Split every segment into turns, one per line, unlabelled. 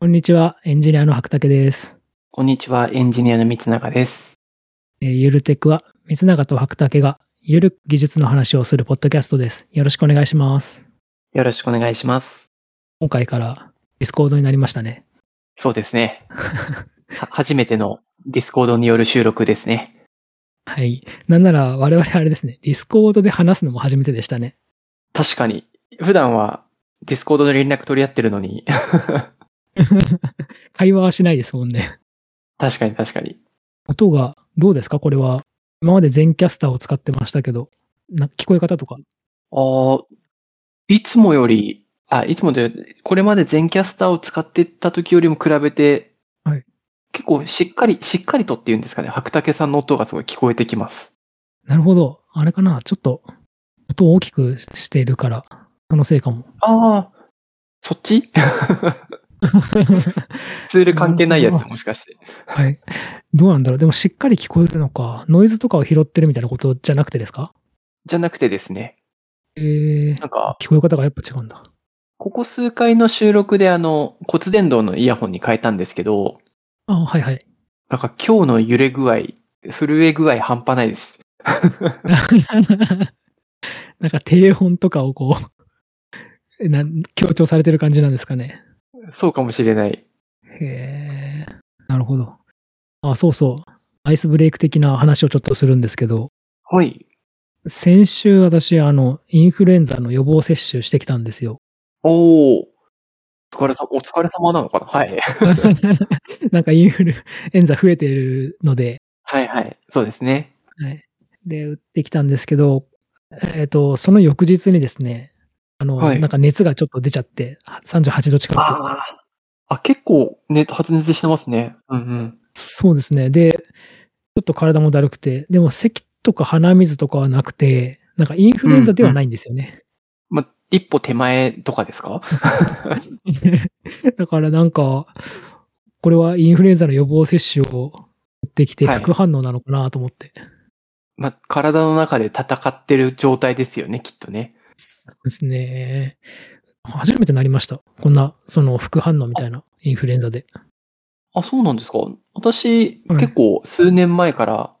こんにちは、エンジニアの白竹です。
こんにちは、エンジニアの三永です。
えーゆるテクは、三永と白竹が、ゆる技術の話をするポッドキャストです。よろしくお願いします。
よろしくお願いします。
今回から、ディスコードになりましたね。
そうです ね。は初めてのディスコードによる収録ですね。
はい。なんなら、我々あれですね、ディスコードで話すのも初めてでしたね。
確かに、普段はディスコードで連絡取り合ってるのに、
会話はしないですもんね。
確かに確かに。
音が、どうですかこれは。今まで全キャスターを使ってましたけど、な聞こえ方とか。
あーいつもより、あ、いつもで、これまで全キャスターを使ってた時よりも比べて、
はい
結構しっかり、しっかりとっていうんですかね、白竹さんの音がすごい聞こえてきます。
なるほど。あれかなちょっと、音を大きくしているから、そのせいかも。
ああ、そっちツール関係ないや
なるほ
つ、
ど
もしかして。
はい。どうなんだろう。でもしっかり聞こえるのか、ノイズとかを拾ってるみたいなことじゃなくてですか
じゃなくてですね、
えー、
なんか、
聞こえ方がやっぱ違うんだ。
ここ数回の収録であの骨伝導のイヤホンに変えたんですけど、
あはいはい。
なんか今日の揺れ具合、震え具合半端ないです。
なんか低音とかをこう えな、強調されてる感じなんですかね。
そうかもしれない。
へえ、なるほど。あ、そうそう。アイスブレイク的な話をちょっとするんですけど、
はい。
先週私、あの、インフルエンザの予防接種してきたんですよ。
おー。お疲れさ、お疲れ様なのかなはい。
なんかインフルエンザ増えてるので、
はいはい。そうですね。
はい。で、打ってきたんですけど、えっ、と、その翌日にですね、あの、
はい
なんか熱がちょっと出ちゃって、38度近く。
ああ。あ、結構、ね、発熱してますね。うんうん。
そうですね。で、ちょっと体もだるくて、でも咳とか鼻水とかはなくて、なんかインフルエンザではないんですよ ね。
ま、一歩手前とかですか
だからなんか、これはインフルエンザの予防接種を打ってきて
はい
副反応なのかなと思って。
ま、体の中で戦ってる状態ですよね、きっとね。
そうですね。初めてなりました。こんな、その副反応みたいな、インフルエンザで。
あ、そうなんですか。私、
はい
結構数年前から、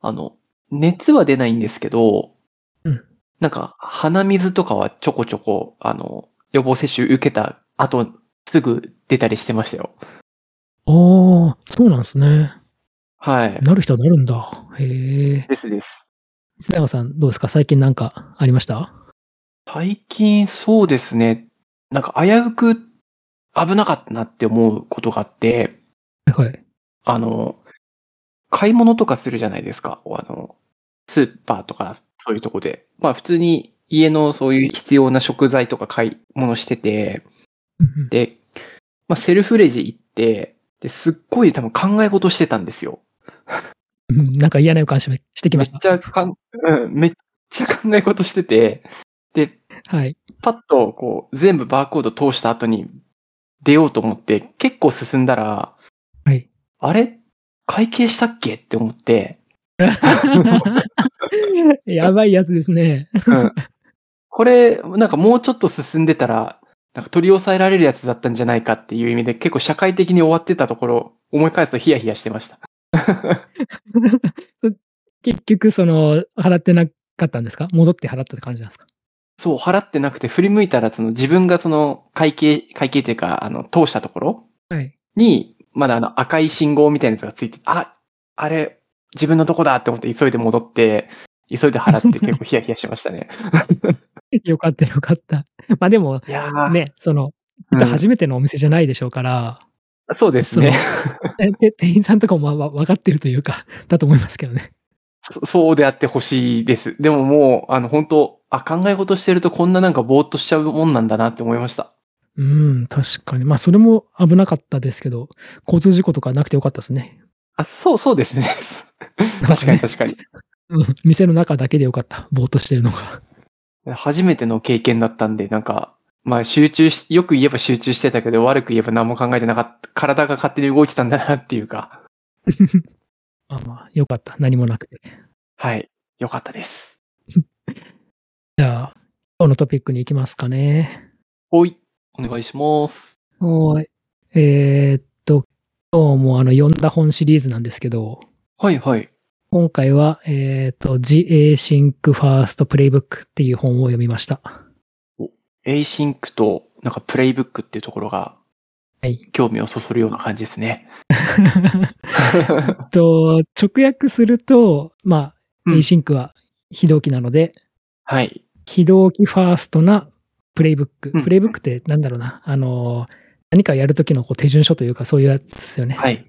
あの、熱は出ないんですけど、
うん
なんか、鼻水とかはちょこちょこ、あの、予防接種受けた後、すぐ出たりしてましたよ。
ああ、そうなんですね。
はい。
なる人はなるんだ。へえ。
ですです。
須永さん、どうですか最近なんかありました
最近、そうですね。なんか、危うく危なかったなって思うことがあって、
はい。
あの、買い物とかするじゃないですか。あの、スーパーとかそういうとこで。まあ普通に家のそういう必要な食材とか買い物してて、
うん
で、まあセルフレジ行って、ですっごい多分考え事してたんですよ。
うんうんなんか嫌な予感ししてき
め
ま
っ
した。
ちゃかん、うん、めっちゃ考え事してて、で、
はい。
パッとこう全部バーコード通した後に出ようと思って結構進んだら、
はい。
あれ会計したっけって思って、
やばいやつですね。
うんこれ、なんかもうちょっと進んでたら、なんか取り押さえられるやつだったんじゃないかっていう意味で結構社会的に終わってたところ、思い返すとヒヤヒヤしてました。
結局、その、払ってなかったんですか戻って払ったって感じなんですか
そう、払ってなくて振り向いたら、その自分がその会計、会計というか、あの、通したところ
はい。
に、まだあの赤い信号みたいなやつがついてて、あ、あれ、自分のとこだって思って急いで戻って、急いで払って結構ヒヤヒヤしましたね。
よかったよかった。まあでも、
いやー、
ね、その、
うん
初めてのお店じゃないでしょうから、
そうですね。
で店員さんとかもわ分かってるというか、だと思いますけどね。
そそうであってほしいです。でももう、あの、本当あ、考え事してるとこんななんかぼーっとしちゃうもんなんだなって思いました。
うん、確かに。まあ、それも危なかったですけど、交通事故とかなくてよかったですね。
あ、そう、そうですね。
なん
確かに
ね
確かに。
うん店の中だけでよかった。ぼーっとしてるのが。
初めての経験だったんで、なんか、まあ集中し、よく言えば集中してたけど、悪く言えば何も考えてなかった。体が勝手に動いてたんだなっていうか。
まあまあ、よかった。何もなくて。
はい。よかったです。
じゃあ、今日のトピックに行きますかね。
ほい。お願いします。
はーい。えーっと、今日もあの読んだ本シリーズなんですけど、
はいはい。
今回は、えーっと、The Async First Playbook っていう本を読みました。
Async と、なんかプレイブックっていうところが
はい。
興味をそそるような感じですね。
と、直訳すると、まあ、
うん
Async は非同期なので、
はい。
非同期ファーストなプレイブック。
うん
プレイブックってなんだろうな。あの、何かやるときのこう手順書というかそういうやつですよね。
はい。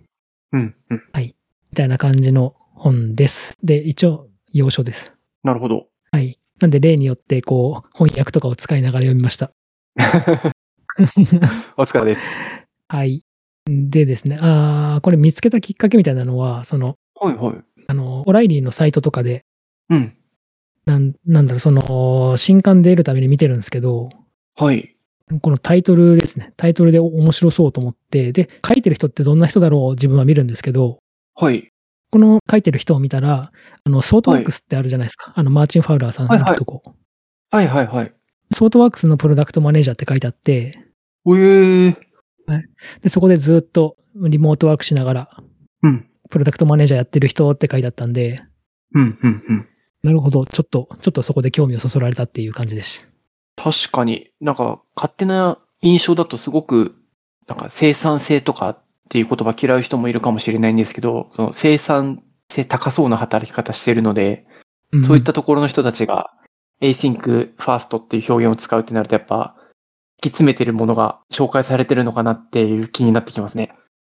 うん、うん。
みたいな感じの本です。で、一応、要所です。
なるほ ど。
はい。なんで、例によって、こう、翻訳とかを使いながら読みました。
お疲れです。
はい。でですね、あーこれ見つけたきっかけみたいなのは、その、
はいはい。
あの、オライリーのサイトとかで、
うん。
なん、なんだろう、その、新刊出るために見てるんですけど、
はい。
このタイトルですね。タイトルで面白そうと思って、で、書いてる人ってどんな人だろう自分は見るんですけど、
はい。
この書いてる人を見たら、あの、ソートワークスってあるじゃないですか。あの、マーチン・ファウラーさんのとこ。
はいはいはい。
ソートワークスのプロダクトマネージャーって書いてあって、
おえー。
で、そこでずっとリモートワークしながら、
うん。
プロダクトマネージャーやってる人って書いてあったんで、
うん、うん、うん。
なるほど、ちょっと、ちょっとそこで興味をそそられたっていう感じです。
確かになんか勝手な印象だとすごく、なんか生産性とかっていう言葉嫌う人もいるかもしれないんですけど、その生産性高そうな働き方してるので、
ん
そういったところの人たちが async first っていう表現を使うってなるとやっぱ、突き詰めてるものが紹介されてるのかなっていう気になってきますね。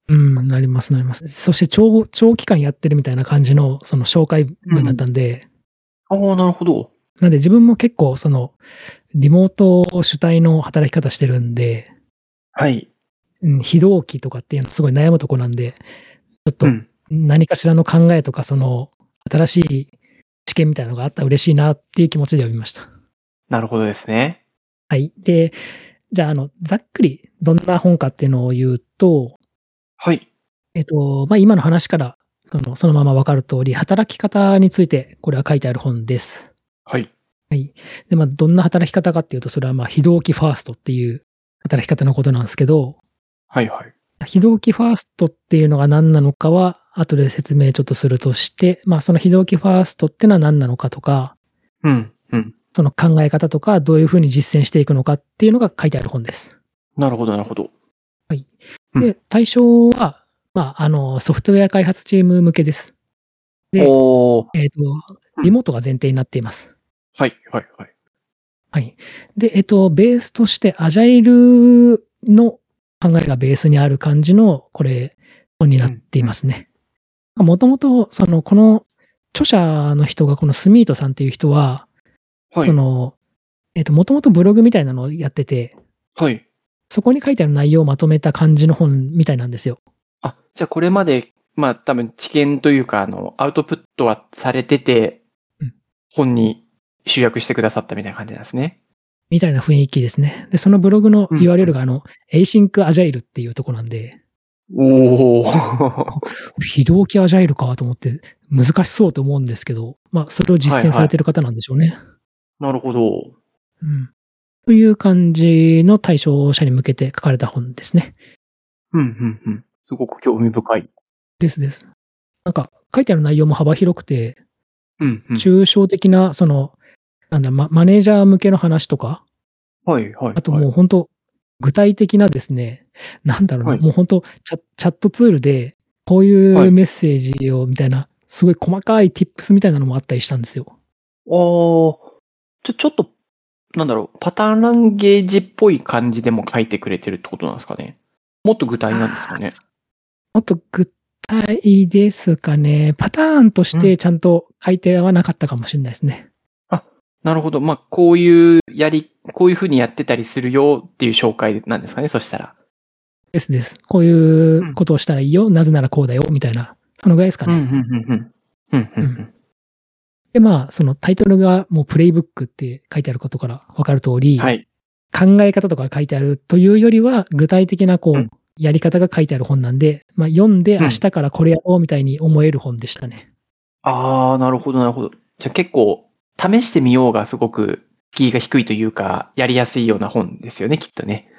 うん、なります、なります。そして長、長期間やってるみたいな感じの、その紹介文だったんで、
ああ、なるほど。
なんで自分も結構、その、リモート主体の働き方してるんで、
はい。
うん、非同期とかっていうのすごい悩むとこなんで、ちょっと
うん。
何かしらの考えとか、その、新しい知見みたいなのがあったら嬉しいなっていう気持ちで読みました。
なるほどですね。
はい。で、じゃあ、あの、ざっくりどんな本かっていうのを言うと、
はい。
えっと、まあ、今の話から、その、そのままわかる通り、働き方について、これは書いてある本です。
はい。
で、まあ、どんな働き方かっていうと、それは、まあ、非同期ファーストっていう働き方のことなんですけど、
はいはい。
非同期ファーストっていうのが何なのかは、後で説明ちょっとするとして、まあ、その非同期ファーストってのは何なのかとか、
うん。うん。
その考え方とか、どういうふうに実践していくのかっていうのが書いてある本です。
なるほど、なるほど。うん
で、対象は、まあ、あの、ソフトウェア開発チーム向けです。で
おー。
えっ、と、リモートが前提になっています。
はいはいはい。
はい。で、えっ、と、ベースとして、アジャイルの考えがベースにある感じの、これ、本になっていますね。もともと、その、この、著者の人が、このスミートさんっていう人は、
はい
そ。の、えっ、と、もともとブログみたいなのをやってて、
はい。
そこに書いてある内容をまとめた感じの本みたいなんですよ。
あ、じゃあこれまで、まあ多分知見というか、あの、アウトプットはされてて
うん、
本に集約してくださったみたいな感じなんですね。
みたいな雰囲気ですね。で、そのブログの
うん
URL が、あの、Async Agile っていうとこなんで、
おー。
非同期アジャイルかと思って、難しそうと思うんですけど、まあ、それを実践されてる方なんでしょうね。
なるほど。
うん。という感じの対象者に向けて書かれた本ですね。
うん、うん、うん。すごく興味深い。
ですです。なんか、書いてある内容も幅広くて、
うん、うん。
抽象的な、その、なんだ、ママネージャー向けの話とか、
はい、はい。
あともう本当、具体的なですね、なんだろうな、
はい
もう本当チャ、チャットツールで、こう
はいいう
メッセージを、みたいな、すごい細かい tips みたいなのもあったりしたんですよ。
おー。ちょ、ちょっと、なんだろう、パターンランゲージっぽい感じでも書いてくれてるってことなんですかね。もっと具体なんですかね。
もっと具体ですかね。パターンとしてちゃんと書いてはなかったかもしれないですね。
なるほど。まあ、こういうやり、こういうふうにやってたりするよっていう紹介なんですかね、そしたら。
ですです。こういうことをしたらいいよ。なぜならこうだよ。みたいな。そのぐらいですか
う
ね。
ん、うん、うん、うん。うん、うん、うん。
で、まあ、そのタイトルがもうプレイブックって書いてあることからわかる通り、
はい。
考え方とかが書いてあるというよりは、具体的なこう、
うん
やり方が書いてある本なんで、まあ、読んで
うん
明日からこれやろうみたいに思える本でしたね。
ああ、なるほど、なるほど。じゃあ結構、試してみようがすごく、敷居が低いというか、やりやすいような本ですよね、きっとね。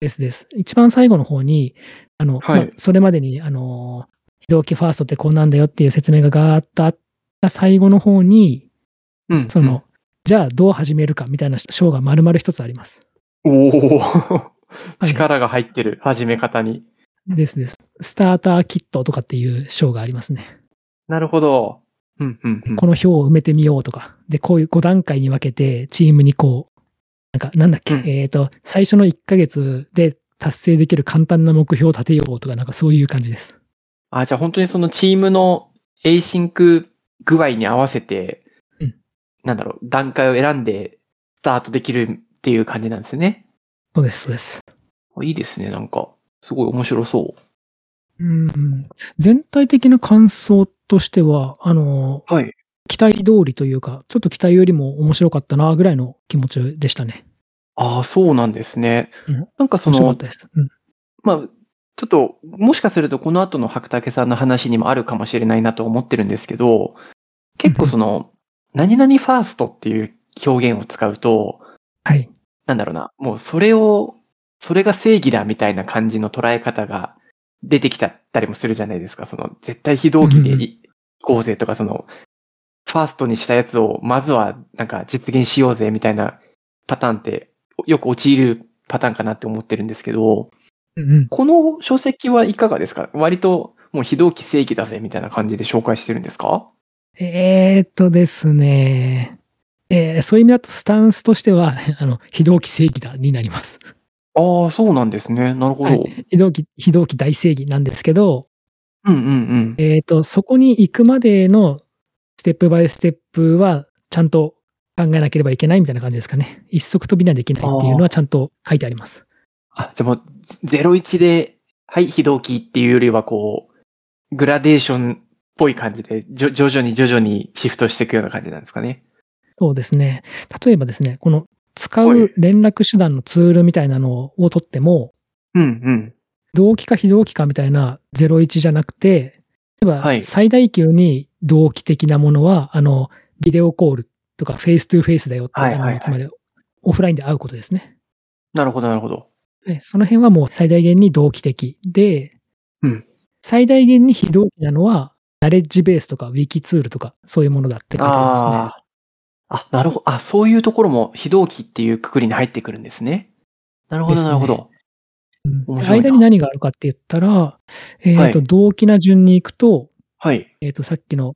ですです。一番最後の方に、あの、
はい
まあそれまでに、あの、非同期ファーストってこうなんだよっていう説明がガーッとあった最後の方に、
うん。
その、じゃあどう始めるかみたいな章が丸々一つあります。
うん。おお。
はい
力が入ってる、始め方に。
ですです。スターターキットとかっていう章がありますね。
なるほど。うん、うん、うん。
この表を埋めてみようとか。で、こういう5段階に分けて、チームにこう、なんか、なんだっけ、
うん
えっ、と、最初の1ヶ月で達成できる簡単な目標を立てようとか、なんかそういう感じです。
あ、じゃあ本当にそのチームのエイシンク具合に合わせて、
うん
なんだろう、段階を選んでスタートできるっていう感じなんですね。
そうです、そうです。
いいですね、なんか。すごい面白そう
うん、全体的な感想としては、あの、。
はい。
期待通りというか、ちょっと期待よりも面白かったな、ぐらいの気持ちでしたね。
ああ、そうなんですね
うん。
なんかそ
面白かっ
の、
たです。うん、
まあ、ちょっと、もしかするとこの後の白竹さんの話にもあるかもしれないなと思ってるんですけど、結構その、何々ファーストっていう表現を使うと、
はい。
なんだろうな、もうそれを、それが正義だみたいな感じの捉え方が出てきちゃったりもするじゃないですか。その、絶対非同期で
うんうん
い行こうぜとか、その、ファーストにしたやつを、まずはなんか実現しようぜみたいなパターンって、よく陥るパターンかなって思ってるんですけど、
うんうん。
この書籍はいかがですか割と、もう非同期正義だぜみたいな感じで紹介してるんですか
えー、っとですね。えーそういう意味だと、スタンスとしては、 あの、非同期正義だになります。
ああ、そうなんですね。なるほど。
は非同期、非同期大正義なんですけど、
うんうんうん。
えー、っと、そこに行くまでのステップバイステップは、ちゃんと考えなければいけないみたいな感じですかね。一足飛びにはできないっていうのはちゃんと書いてあります。
あ、じゃあもう、01で、はい、非同期っていうよりは、こう、グラデーションっぽい感じで、じょ徐々に徐々にシフトしていくような感じなんですかね。
そうですね。例えばですね、この使
は
う
い
連絡手段のツールみたいなのを取っても、
うん
同期か非同期かみたいな01じゃなくて、例えば
はい
最大級に同期的なものは、あの、ビデオコールとかフェイストゥフェイスだよっていうの
はいはいはい
つまりオフラインで会うことですね。
なるほど、なるほど。
はいその辺はもう最大限に同期的で、
うん
最大限に非同期なのは、ナレッジベースとかウィキツールとかそういうものだって書いてありますね。
ああー。あ、なるほど。あ、そういうところも非同期っていうくくりに入ってくるんですね。なるほ
で
ど、
すね
なるほど。
うん
面白いな
間に何があるかって言ったら、えっ、と、
はい
同期な順に行くと、
はい。
えっ、と、さっきの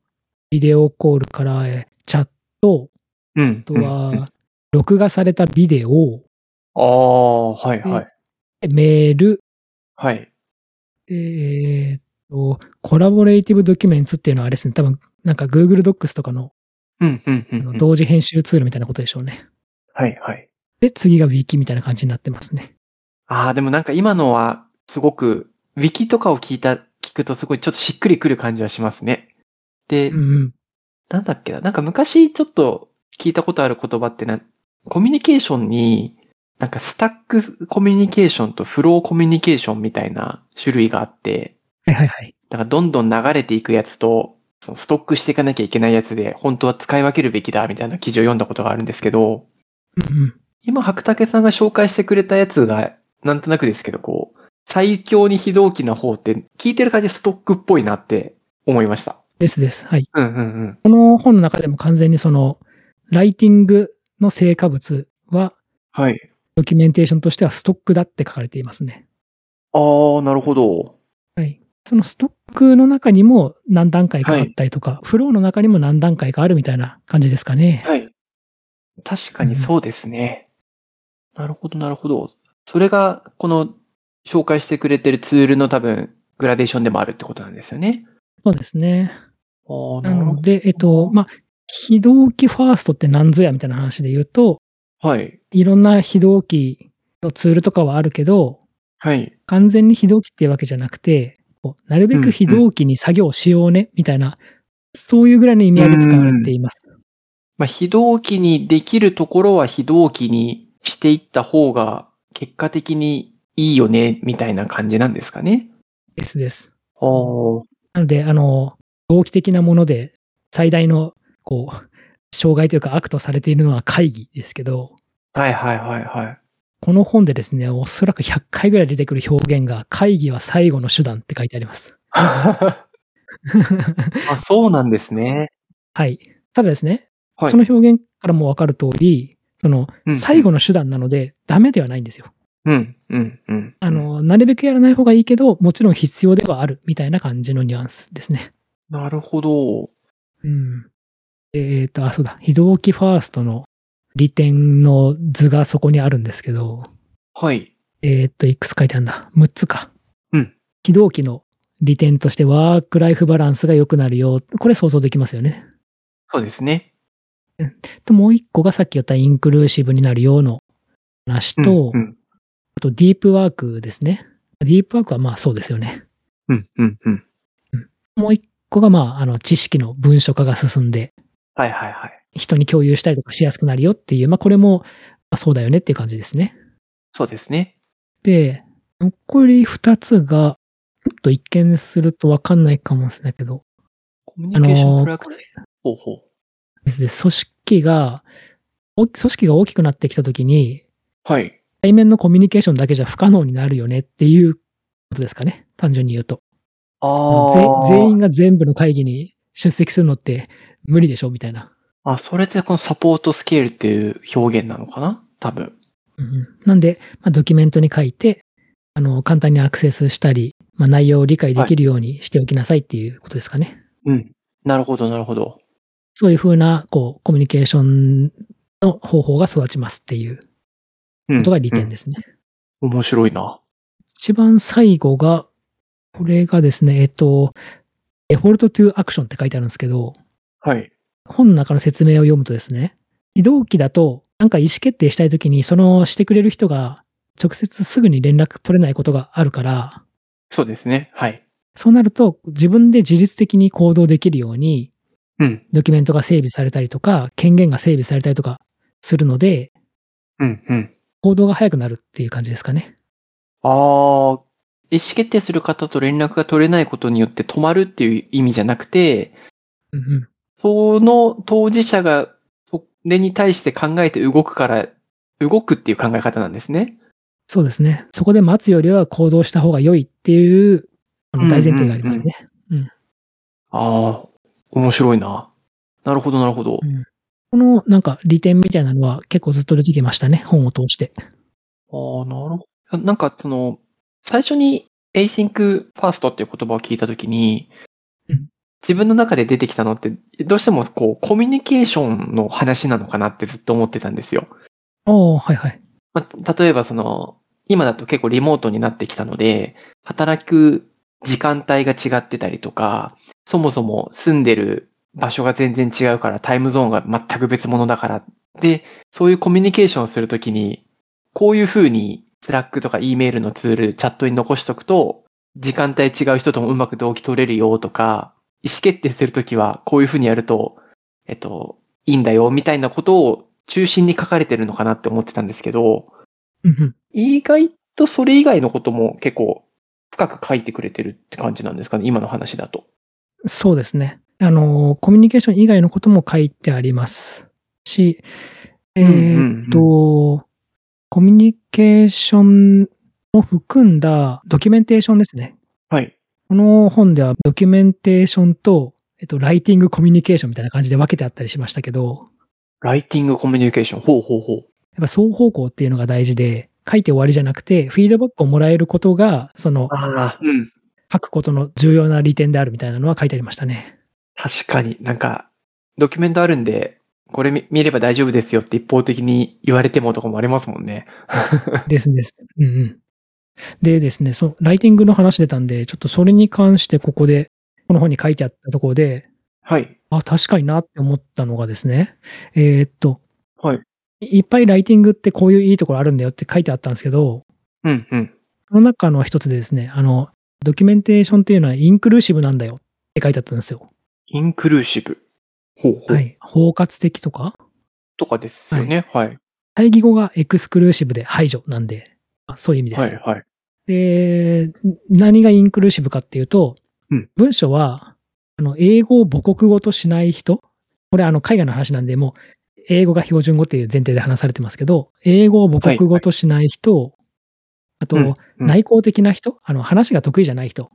ビデオコールから、えーチャット、
うん。
あと
うんうん
は、録画されたビデオ、
ああ、はい、はい。
メール、
はい。
えーっと、コラボレーティブドキュメンツっていうのはあれですね、多分、なんか Google Docs とかの
うん、うん、う
あ
んう
の
ん。
同時編集ツールみたいなことでしょうね。
はい、はい。
で、次が Wiki みたいな感じになってますね。
ああ、でもなんか今のはすごく、ウィキとかを聞いた、聞くとすごいちょっとしっくりくる感じはしますね。で、
うんうん。
なんだっけな、なんか昔ちょっと聞いたことある言葉ってな、コミュニケーションに、なんかスタックコミュニケーションとフローコミュニケーションみたいな種類があって、
はいはいはい。
だからどんどん流れていくやつと、そのストックしていかなきゃいけないやつで、本当は使い分けるべきだみたいな記事を読んだことがあるんですけど、
うんうん。
今、白竹さんが紹介してくれたやつが、なんとなくですけど、こう、最強に非同期な方って、聞いてる感じストックっぽいなって思いました。
ですです。はい。
うんうんうん。
この本の中でも完全にその、ライティングの成果物は、
はい。
ドキュメンテーションとしてはストックだって書かれていますね。
あー、なるほど。
はい。そのストックの中にも何段階かあったりとか、フローの中にも何段階かあるみたいな感じですかね。
はい。確かにそうですね。なるほど、なるほど。それが、この、紹介してくれてるツールの多分、グラデーションでもあるってことなんですよね。
そうですね。
あー、な
な
るほ
ので、えっと、まあ、非同期ファーストって何ぞやみたいな話で言うと、
ど。はい。
いろんな非同期のツールとかはあるけど、
はい。
完全に非同期っていうわけじゃなくて、こうなるべく非同期に作業しようね、みたいな、そういうぐらいの意味合いで使われています。
まあ、非同期にできるところは非同期にしていった方が結果的にいいよね、みたいな感じなんですかね。
ですです。
あー
なので、あの、同期的なもので、最大の、こう、障害というか悪とされているのは会議ですけど、
はいはいはいはい。
この本でですね、おそらく100回ぐらい出てくる表現が、会議は最後の手段って書いてあり ます。
あ、そうなんですね。
はい。ただですね、
はい
その表現からもわかる通り、その
う、ん
最後の手段なので、ダメではないんですよ。
うん、うん、うん。
あ、の、なるべくやらない方がいいけど、もちろん必要ではある、みたいな感じのニュアンスですね。
なるほど。
うん。えっ、と、あ、そうだ。非同期ファーストの利点の図がそこにあるんですけど、
はい。
えっ、と、いくつ書いてあるんだ ?6 つか。
うん。
非同期の利点としてワークライフバランスが良くなるよ。これ想像できますよね。
そうですね。
と、もう一個がさっき言ったインクルーシブになるよの話
うん
と、
うん、
あとディープワークですね。ディープワークはまあそうですよね。
うん、うん、うん。
もう一個が、まあ、あの、知識の文書化が進んで、
はい、はい、はい。
人に共有したりとかしやすくなるよっていう、まあ、これも、まあ、そうだよねっていう感じですね。
そうですね。
で、残り二つが、ちょっと一見するとわかんないかもしれないけど、
コミュニケーシ
あ
ョ
のー
ンプラクティス方法。
別で組織が、お組織が大きくなってきたときに、
はい。
対面のコミュニケーションだけじゃ不可能になるよねっていうことですかね。単純に言うと。
あ
ぜ
あ。
全員が全部の会議に出席するのって無理でしょみたいな。
あ、それってこのサポートスケールっていう表現なのかな多分。
うんうんなんで、まあ、ドキュメントに書いて、あの、簡単にアクセスしたり、まあ、内容を理解できるようにしておきなさいっていうことですかね。
うん。なるほど、なるほど。
そういうふうな、こう、コミュニケーションの方法が育ちますっていう
うん
ことが利点ですね。
うん面白いな。
一番最後が、これがですね、えっと、デフォルトトゥアクションって書いてあるんですけど、
はい。
本の中の説明を読むとですね、非同期だと、なんか意思決定したいときに、そのしてくれる人が直接すぐに連絡取れないことがあるから、
そうですね。はい。
そうなると、自分で自律的に行動できるように、
うん。
ドキュメントが整備されたりとか、権限が整備されたりとかするので、
うん、うん。
行動が早くなるっていう感じですかね。
ああ、意思決定する方と連絡が取れないことによって止まるっていう意味じゃなくて、
うんうん。
その当事者がそれに対して考えて動くから、動くっていう考え方なんですね。
そうですね。そこで待つよりは行動した方が良いっていう、あ
うん
の
うんうん
大前提がありますね。
ああ、面白いな。なるほど、なるほど。
このなんか利点みたいなのは結構ずっと出てきましたね。本を通して。
ああ、なるほど。なんかその、最初に async first っていう言葉を聞いたときに
うん、
自分の中で出てきたのって、どうしてもこう、コミュニケーションの話なのかなってずっと思ってたんですよ。
おー、はいはい。
まあ、例えばその、今だと結構リモートになってきたので、働く時間帯が違ってたりとか、そもそも住んでる場所が全然違うから、タイムゾーンが全く別物だから。で、そういうコミュニケーションをするときに、こういう風に、スラックとか E メールのツール、チャットに残しとくと、時間帯違う人ともうまく同期取れるよとか、意思決定するときは、こういう風にやると、えっと、いいんだよ、みたいなことを中心に書かれてるのかなって思ってたんですけど、
うんうん。
意外とそれ以外のことも結構深く書いてくれてるって感じなんですかね、今の話だと。
そうですね。あの、コミュニケーション以外のことも書いてありますし、えーっと、
う
コミュニケーションを含んだドキュメンテーションですね。
はい。
この本ではドキュメンテーションと、えっと、ライティングコミュニケーションみたいな感じで分けてあったりしましたけど、
ライティングコミュニケーション。ほうほうほう。
やっぱ双方向っていうのが大事で、書いて終わりじゃなくて、フィードバックをもらえることが、その、
ああ、うん。
書くことの重要な利点であるみたいなのは書いてありましたね。
確かになんか、ドキュメントあるんで、これ見見れば大丈夫ですよって一方的に言われてもとかもありますもんね。
ですです。うんうん。でですね、そのライティングの話出たんで、ちょっとそれに関してここで、この本に書いてあったところで、
はい。
あ、確かになって思ったのがですね、えーっと、
はい。
いっぱいライティングってこういういいところあるんだよって書いてあったんですけど、
うんうん。
その中の一つでですね、あの、ドキュメンテーションっていうのはインクルーシブなんだよって書いてあったんですよ。
インクルーシブ。ほうほう。
はい。包括的とか、
とかですよね。はい。
対義語がエクスクルーシブで排除なんで、あそういう意味です。
はいはい。
で、何がインクルーシブかっていうと、
うん
文章は、あの、英語を母国語としない人、これあの、海外の話なんで、もう、英語が標準語っていう前提で話されてますけど、英語を母国語としない人、あと、
うんうん
内向的な人、あの、話が得意じゃない人、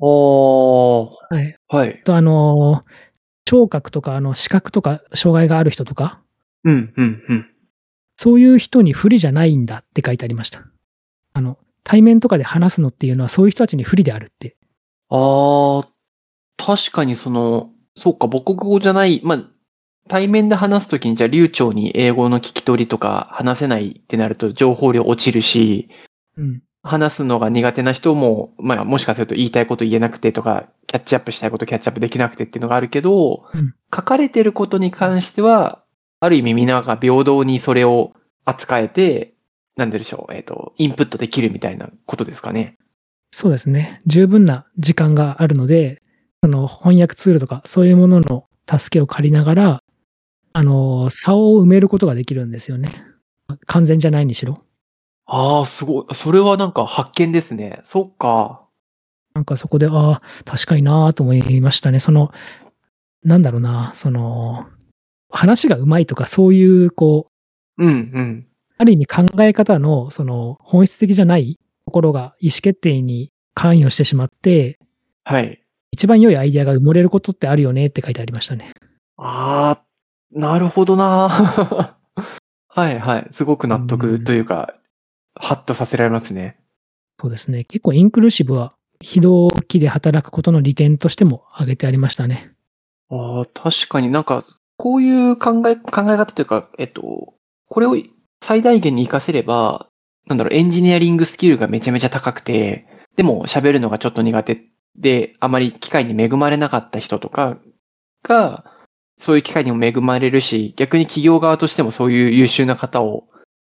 おー。
はい。
はい
あ。と、あのー聴覚とか、あの、視覚とか、障害がある人とか、
うん、うん、うん。
そういう人に不利じゃないんだって書いてありました。あの、対面とかで話すのっていうのはそういう人たちに不利であるって。
あー、確かにその、そうか、母国語じゃない、まあ、対面で話すときに、じゃあ流暢に英語の聞き取りとか話せないってなると情報量落ちるし、
うん。
話すのが苦手な人も、まあ、もしかすると言いたいこと言えなくてとか、キャッチアップしたいことキャッチアップできなくてっていうのがあるけど、
うん
書かれてることに関しては、ある意味みんなが平等にそれを扱えて、なんででしょう、えっ、と、インプットできるみたいなことですかね。
そうですね。十分な時間があるので、その翻訳ツールとかそういうものの助けを借りながら、あのー、差を埋めることができるんですよね。完全じゃないにしろ。
ああ、すごい。それはなんか発見ですね。そっか。
なんかそこで、ああ、確かになあと思いましたね。その、なんだろうな、その、話がうまいとかそういう、こう、
うん、うん。
ある意味考え方の、その、本質的じゃないところが意思決定に関与してしまって、
はい。
一番良いアイデアが埋もれることってあるよねって書いてありましたね。
ああ、なるほどな。 はい、はい。すごく納得というか、ハッとさせられますね。
そうですね。結構インクルーシブは、非同期で働くことの利点としても挙げてありましたね。
ああ、確かになんか、こういう考え、考え方というか、えっと、これを最大限に活かせれば、なんだろう、エンジニアリングスキルがめちゃめちゃ高くて、でも喋るのがちょっと苦手で、あまり機会に恵まれなかった人とかが、そういう機会にも恵まれるし、逆に企業側としてもそういう優秀な方を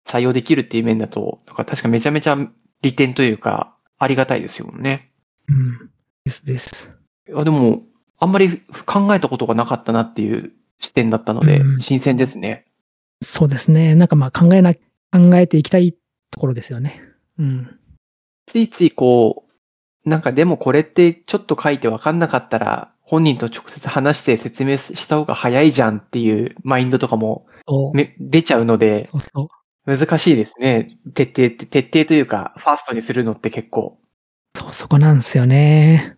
採用できるっていう面だと、なんか確かめちゃめちゃ利点というか、ありがたいですよね。
うん。ですです。
いや、でも、あんまり考えたことがなかったなっていう視点だったので、
うん
新鮮ですね。
そうですね。なんかまあ考えな、考えていきたいところですよね。うん。
ついついこう、なんかでもこれってちょっと書いてわかんなかったら、本人と直接話して説明した方が早いじゃんっていうマインドとかも
そう
め出ちゃうので、
そうそう。
難しいですね。徹底、徹底というか、ファーストにするのって結構。
そう、そこなんですよね。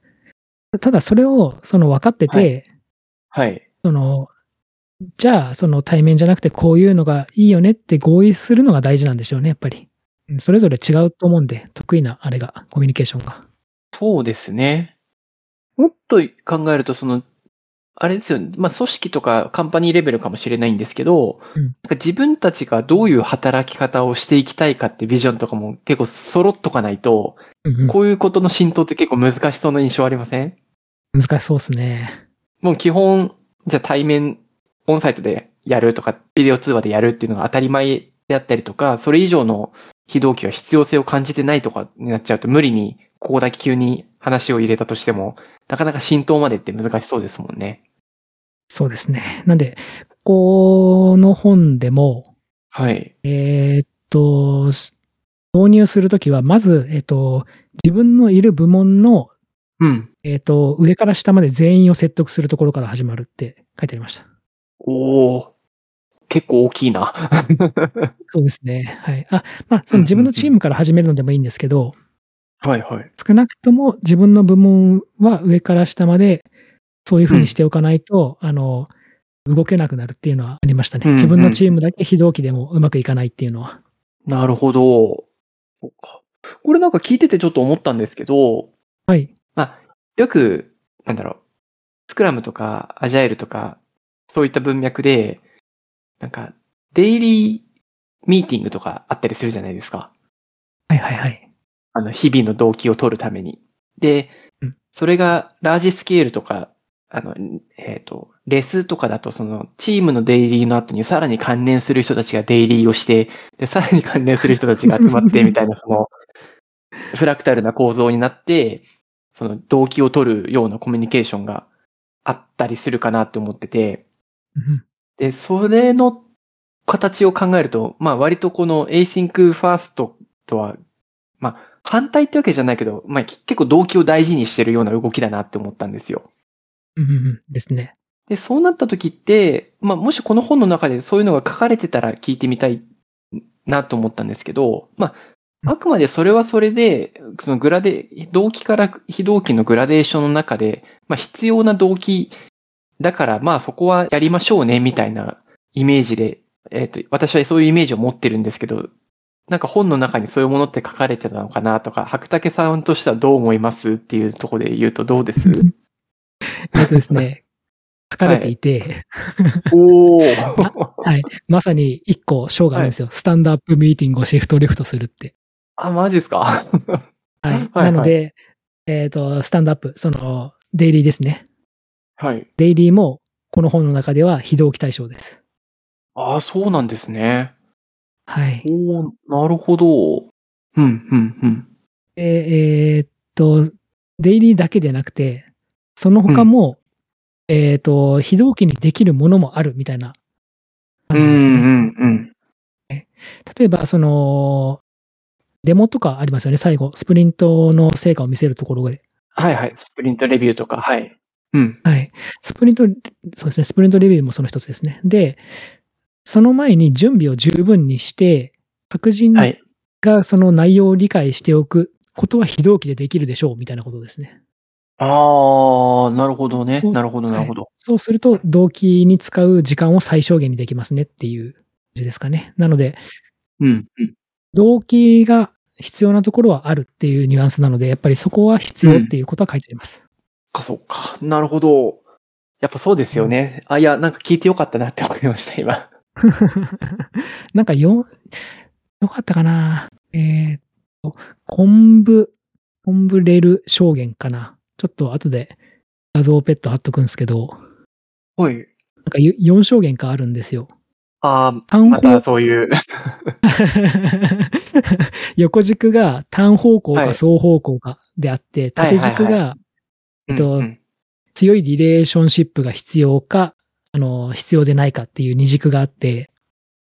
ただそれを、その分かってて、
ははい。
その、じゃあ、その対面じゃなくてこういうのがいいよねって合意するのが大事なんでしょうね、やっぱり。うんそれぞれ違うと思うんで、得意なあれが、コミュニケーションが。
そうですね。もっと考えると、その、あれですよね。まあ、組織とかカンパニーレベルかもしれないんですけど、
うん
なんか自分たちがどういう働き方をしていきたいかってビジョンとかも結構揃っとかないと、
うんうん
こういうことの浸透って結構難しそうな印象ありません
難しそうですね。
もう基本、じゃあ対面、オンサイトでやるとか、ビデオ通話でやるっていうのが当たり前であったりとか、それ以上の非同期は必要性を感じてないとかになっちゃうと、無理にここだけ急に話を入れたとしても、なかなか浸透までって難しそうですもんね。
そうですね。なんで、この本でも、
はい。
えーっと、し導入するときは、まず、えーっと、自分のいる部門の、
うん。
えーっと、上から下まで全員を説得するところから始まるって書いてありました。
おお。結構大きいな。
そうですね。はい。あ、まあ、その自分のチームから始めるのでもいいんですけど、
はいはい。
少なくとも自分の部門は上から下までそういうふうにしておかないと、あの、動けなくなるっていうのはありましたね。
うんうん
自分のチームだけ非同期でもうまくいかないっていうのは。
なるほど。そうかこれなんか聞いててちょっと思ったんですけど、
はい。
よく、なんだろう、スクラムとか、アジャイルとか、そういった文脈で、なんか、デイリーミーティングとかあったりするじゃないですか。
はいはいはい。
あの、日々の動機を取るために。で
うん、
それがラージスケールとか、あの、えっ、と、レスとかだと、その、チームのデイリーの後にさらに関連する人たちがデイリーをして、で、さらに関連する人たちが集ま って、みたいな、その、フラクタルな構造になって、その、動機を取るようなコミュニケーションがあったりするかなって思ってて、
うん
で、それの形を考えると、まあ割とこの Async ファーストとは、まあ反対ってわけじゃないけど、まあき結構動機を大事にしてるような動きだなって思ったんですよ。
うんうんうんですね。
で、そうなった時って、まあ、もしこの本の中でそういうのが書かれてたら聞いてみたいなと思ったんですけど、まあ、あくまでそれはそれで、そのグラデ、動機から非動機のグラデーションの中で、まあ、必要な動機だから、まあ、そこはやりましょうね、みたいなイメージで、えっ、と、私はそういうイメージを持ってるんですけど、なんか本の中にそういうものって書かれてたのかなとか、白竹さんとしてはどう思いますっていうところで言うとどうです
えっとですね、書かれていて、
おお。
はい。まさに一個章があるんですよ。スタンドアップミーティングをシフトレフトするって。
あ、マジですか
はい。
はいは
な
い
ので、えっ、と、スタンドアップ、その、デイリーですね。
はい。
デイリーも、この本の中では非同期対象です。
ああ、そうなんですね。
はい。
おお、なるほど。うん、うん、うん。
でえっ、と、デイリーだけでなくて、その他も、えっ、と、非同期にできるものもあるみたいな
う
感
ん、
じ
う
ですね。
ん、うん。
例えば、その、デモとかありますよね。最後、スプリントの成果を見せるところで。
はい、はい。スプリントレビューとか、はい。うん。
はい。スプリント、そうですね。スプリントレビューもその一つですね。で、その前に準備を十分にして、白人
はい。
がその内容を理解しておくことは非同期でできるでしょう、みたいなことですね。
ああ、なるほどね。
そう
なるほど、なるほ
は
ど
い。そうすると、動機に使う時間を最小限にできますねっていう感じですかね。なので、
うん、うん。
動機が必要なところはあるっていうニュアンスなので、やっぱりそこは必要っていうことは書いてあります。
か、そうか。なるほど。やっぱそうですよね。あ、いや、なんか聞いてよかったなって思いました、今。
なんかよ、よかったかなえーっと、昆布、昆布レル証言かな。ちょっと後で画像をペット貼っとくんですけど、なん
はい。
か4証言かあるんですよ。
ああ、
単
ま
方、
たそういう。
横軸が単方向
は
か
い
双方向かであって、
はいはいはい
縦軸がえっと
うんうん
強いリレーションシップが必要か、あの、必要でないかっていう二軸があって、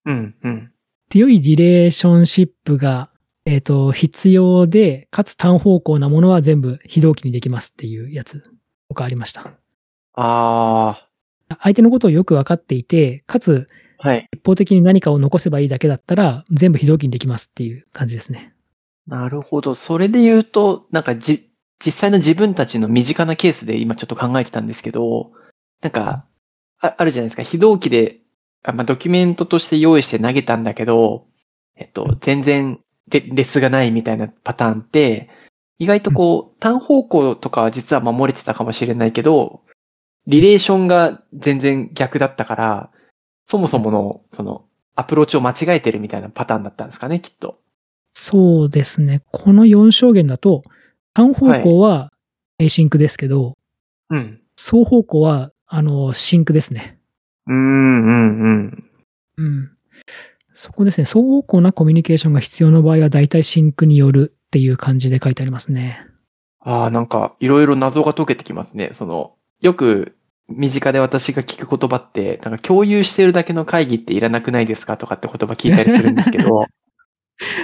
うん、うん。
強いリレーションシップが、えっ、と、必要で、かつ単方向なものは全部非同期にできますっていうやつとかありました。
あ
相手のことをよく分かっていて、かつ
あ、はい。
一方的に何かを残せばいいだけだったら、全部非同期にできますっていう感じですね。
なるほど。それで言うと、なんかじ、実際の自分たちの身近なケースで今ちょっと考えてたんですけど、なんか、ああるじゃないですか。非同期で、あまあ、ドキュメントとして用意して投げたんだけど、えっと、全然レレスがないみたいなパターンって、意外とこう、単方向とかは実は守れてたかもしれないけど、リレーションが全然逆だったから、そもそもの、その、アプローチを間違えてるみたいなパターンだったんですかね、きっと。
そうですね。この4証言だと、単方向はエシンクですけど、
うん。
双方向は、あの、シンクですね。
うんうんうん。
うん。そこですね。双方向なコミュニケーションが必要な場合は、大体シンクによるっていう感じで書いてありますね。
ああ、なんか、いろいろ謎が解けてきますね。その、よく、身近で私が聞く言葉って、なんか共有してるだけの会議っていらなくないですかとかって言葉聞いたりするんですけど、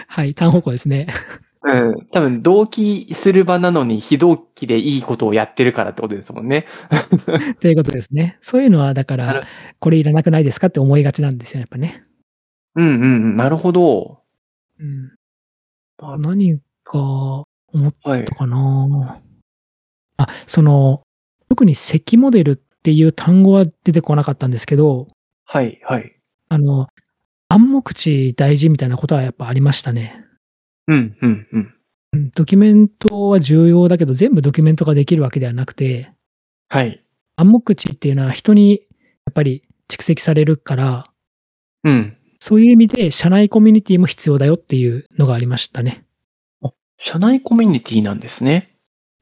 はい、単方向ですね。
うん。多分、同期する場なのに非同期でいいことをやってるからってことですもんね。
ということですね。そういうのは、だか
なる
ら、これいらなくないですかって思いがちなんですよね、やっぱね。
うんうんうん。なるほど。
うん。
あ
何か思っ
はい
た。かなあ、その、特に積モデルっていう単語は出てこなかったんですけど、
はい、はい。
あの、暗黙知大事みたいなことはやっぱありましたね。
うん、うん、うん。
うんドキュメントは重要だけど、全部ドキュメントができるわけではなくて、
はい。
暗黙知っていうのは人にやっぱり蓄積されるから、
うん。
そういう意味で、社内コミュニティも必要だよっていうのがありましたね。
社内コミュニティなんですね。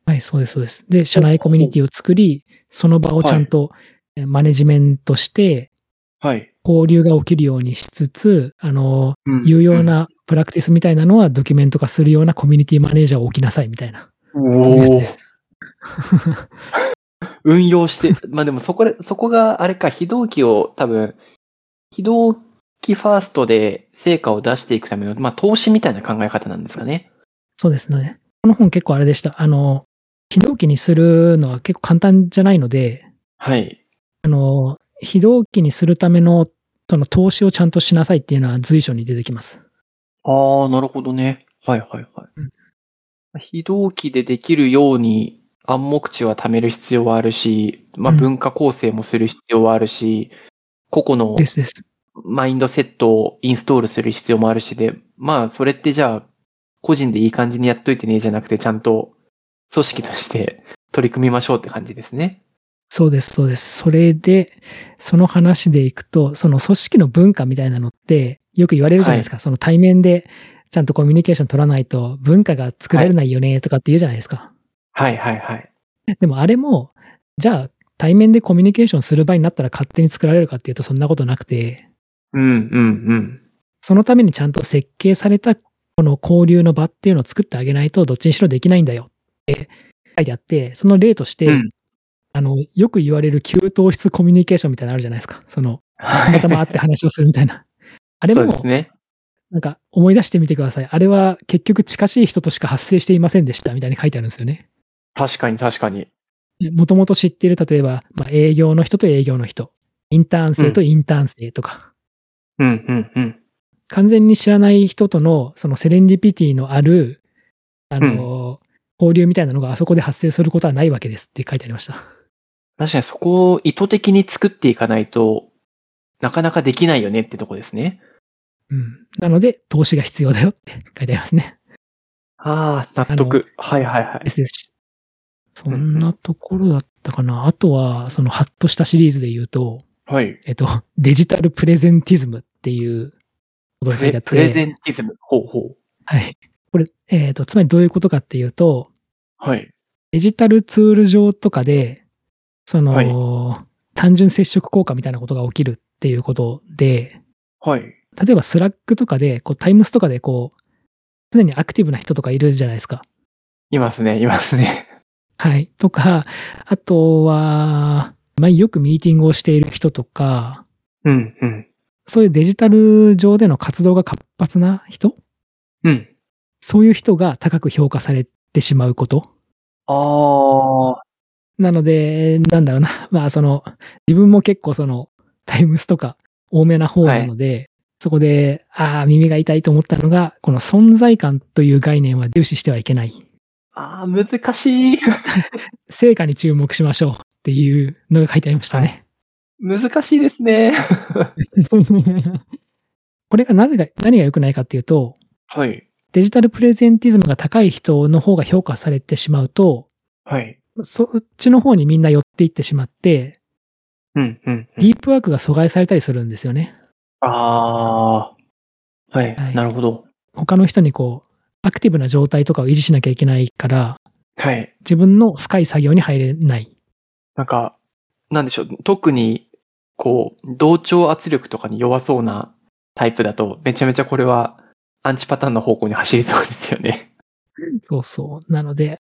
はい、そうです、そうです。で、社内コミュニティを作り、その場をちゃんとえマネジメントして、
はい。
交流が起きるようにしつつ、あの、
うん
有用。なプラクティスみたいなのはドキュメント化するようなコミュニティマネージャーを置きなさいみたいな
うん
やつ
お
で
お。
す。
運用して、 まあでもそこで、そこがあれか、非同期を多分、非同期ファーストで成果を出していくための、まあ投資みたいな考え方なんですかね。
そうですね。この本結構あれでした。あの、非同期にするのは結構簡単じゃないので、
はい。
あの、非同期にするための、その投資をちゃんとしなさいっていうのは随所に出てきます。
ああ、なるほどね。はいはいは
うん
い。非同期でできるように暗黙知は貯める必要はあるし、まあ、
うん
文化構成もする必要はあるし、個々の
ですです。
マインドセットをインストールする必要もあるしで、まあそれってじゃあ個人でいい感じにやっといてねじゃなくてちゃんと組織として取り組みましょうって感じですね。
そうです、そうです。それで、その話でいくと、その組織の文化みたいなのって、よく言われるじゃないですか。その対面で、ちゃんとコミュニケーション取らないと、文化が作られないよね、とかって言うじゃないですか。
はいはいはい。
でもあれも、じゃあ、対面でコミュニケーションする場になったら勝手に作られるかっていうと、そんなことなくて、
うんうんうん。
そのためにちゃんと設計された、この交流の場っていうのを作ってあげないと、どっちにしろできないんだよって書いてあって、その例として、
うん
あの、よく言われる給湯室コミュニケーションみたいなのあるじゃないですか。その、た
はい
またま会って話をするみたい な。あれ
そう
も
です、ね。
なんか思い出してみてください。あれは結局近しい人としか発生していませんでしたみたいに書いてあるんですよね。
確かに確かに。
もともと知っている、例えば、まあ、営業の人と営業の人、インターン生とインターン生とか、
うんうんうん。
完全に知らない人とのそのセレンディピティのある、あの、交流みたいなのがあそこで発生することはないわけですって書いてありました。
確かにそこを意図的に作っていかないとなかなかできないよねってとこですね。
うん。なので、投資が必要だよって書いてありますね。
ああ、納得。はいはいは
で
い。
すです。そんなところだったかな。あとは、そのハッとしたシリーズで言うと、
はい。
えっと、デジタルプレゼンティズムっていうことが
プ
書いてあ
レ
って。
プレゼンティズム。ほうほう。
はい。これ、えっ、と、つまりどういうことかっていうと、
はい。
デジタルツール上とかで、その、
はい
単純接触効果みたいなことが起きるっていうことで、
はい。
例えばスラックとかで、こう、タイムスとかで、こう、常にアクティブな人とかいるじゃないですか。
いますね、いますね。
はい。とか、あとは、まあ、よくミーティングをしている人とか、
うんうん。
そういうデジタル上での活動が活発な人
うん。
そういう人が高く評価されてしまうこと。
ああ、
なので、なんだろうな。 まあ、その、自分も結構その、タイムスとか多めな方なので、そこで、ああ、耳が痛いと思ったのが、この存在感という概念は重視してはいけない。
ああ、難しい。
成果に注目しましょうっていうのが書いてありましたね。
難しいですね。
これがなぜが、何が良くないかっていうと、
はい。
デジタルプレゼンティズムが高い人の方が評価されてしまうと、
はい。
そっちの方にみんな寄っていってしまって、
うんうん。
ディープワークが阻害されたりするんですよね。
ああ。はい、
はい
なるほど。
他の人にこう、アクティブな状態とかを維持しなきゃいけないから、
はい。
自分の深い作業に入れない。
なんか、なんでしょう。特に、こう、同調圧力とかに弱そうなタイプだと、めちゃめちゃこれは、アンチパターンの方向に走りそうですよね。
そうそう。なので、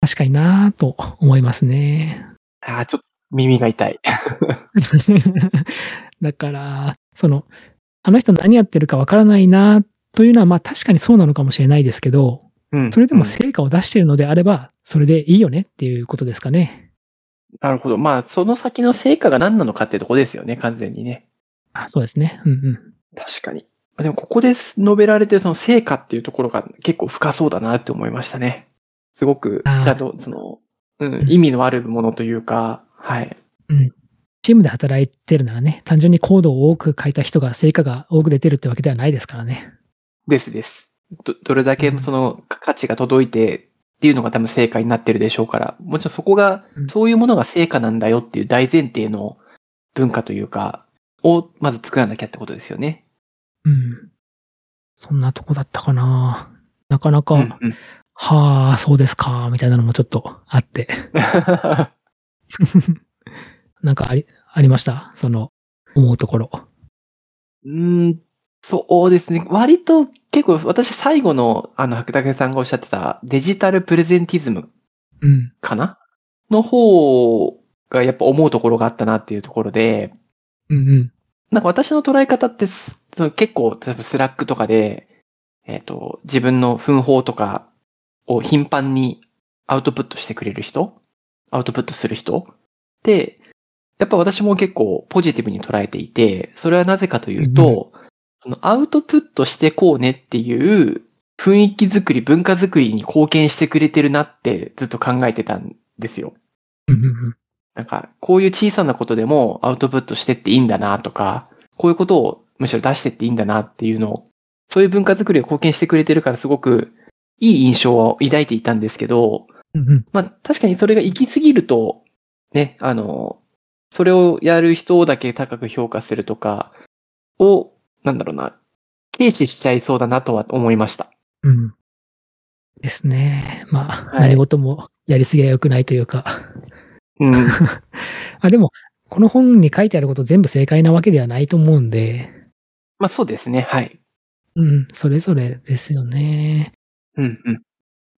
確かになぁと思いますね。
ああ、ちょっと耳が痛い。
だから、その、あの人何やってるかわからないなぁというのは、まあ確かにそうなのかもしれないですけど、
うん
それでも
うん
成果を出しているのであれば、それでいいよねっていうことですかね。
なるほど。まあ、その先の成果が何なのかってとこですよね、完全にね。
あそうですね。うんうん。
確かに。でもここで述べられてるその成果っていうところが結構深そうだなって思いましたね。すごく、ち
あー
ゃんとその、うん
う、ん
意味のあるものというか、はい。
チームで働いてるならね、単純にコードを多く書いた人が成果が多く出てるってわけではないですからね。
ですです。ど、どれだけその価値が届いてっていうのが多分成果になってるでしょうから、もちろんそこが
う、ん
そういうものが成果なんだよっていう大前提の文化というか、をまず作らなきゃってことですよね。
うん。そんなとこだったかな。なかなか、
うん うん
はあ、そうですか、みたいなのもちょっとあって。なんかあり、ありましたその、思うところ。
うーん、そうですね。割と結構私最後のあの、白竹さんがおっしゃってたデジタルプレゼンティズム
うん。
かなの方がやっぱ思うところがあったなっていうところで、
うんうん。
なんか私の捉え方ってすその結構、例えばスラックとかで、えっ、と、自分の奮法とかを頻繁にアウトプットしてくれる人アウトプットする人で、やっぱ私も結構ポジティブに捉えていて、それはなぜかというと、そのアウトプットしてこうねっていう雰囲気づくり、文化づくりに貢献してくれてるなってずっと考えてたんですよ。
うんうん
なんか、こういう小さなことでもアウトプットしてっていいんだなとか、こういうことをむしろ出してっていいんだなっていうのを、そういう文化づくりを貢献してくれてるからすごくいい印象を抱いていたんですけど、
うんうん
まあ確かにそれが行き過ぎると、ね、あの、それをやる人だけ高く評価するとかを、なんだろうな、軽視しちゃいそうだなとは思いました。
うん。ですね。まあ、
はい
何事もやりすぎは良くないというか。
うん。
あ、でも、この本に書いてあること全部正解なわけではないと思うんで、
まあそうですね、はい。
うん、それぞれですよね。
うんうん。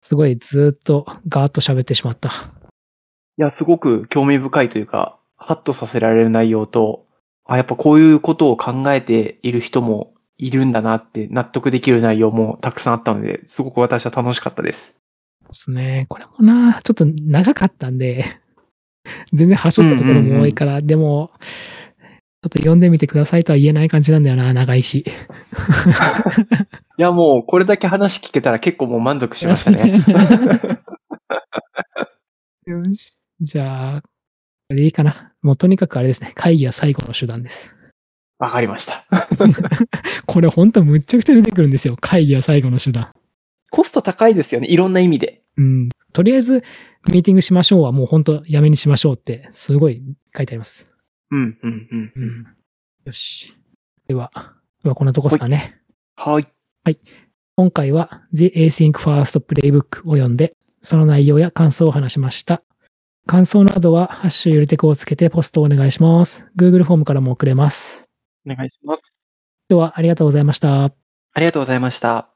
すごいずーっとガーッと喋ってしまった。
いや、すごく興味深いというか、ハッとさせられる内容と、あ、やっぱこういうことを考えている人もいるんだなって納得できる内容もたくさんあったので、すごく私は楽しかったです。
ですね。これもな、ちょっと長かったんで、 全然端折ったところも多いから、でも、ちょっと読んでみてくださいとは言えない感じなんだよな、長いし。
いや、もうこれだけ話聞けたら結構もう満足しましたね。
よし。じゃあ、これでいいかな。もうとにかくあれですね。会議は最後の手段です。
わかりました。
これほんとむっちゃくちゃ出てくるんですよ。会議は最後の手段。
コスト高いですよね、いろんな意味で。
うん。とりあえず、ミーティングしましょうはもうほんとやめにしましょうって、すごい書いてあります。
うん、うん、うん。
うん。よし。では、ではこんなとこですかね。
はい。
今回は The Async First Playbook を読んで、その内容や感想を話しました。感想などは、ハッシュゆるテクをつけてポストをお願いします。Google フォームからも送れます。
お願いします。
今日はありがとうございました。
ありがとうございました。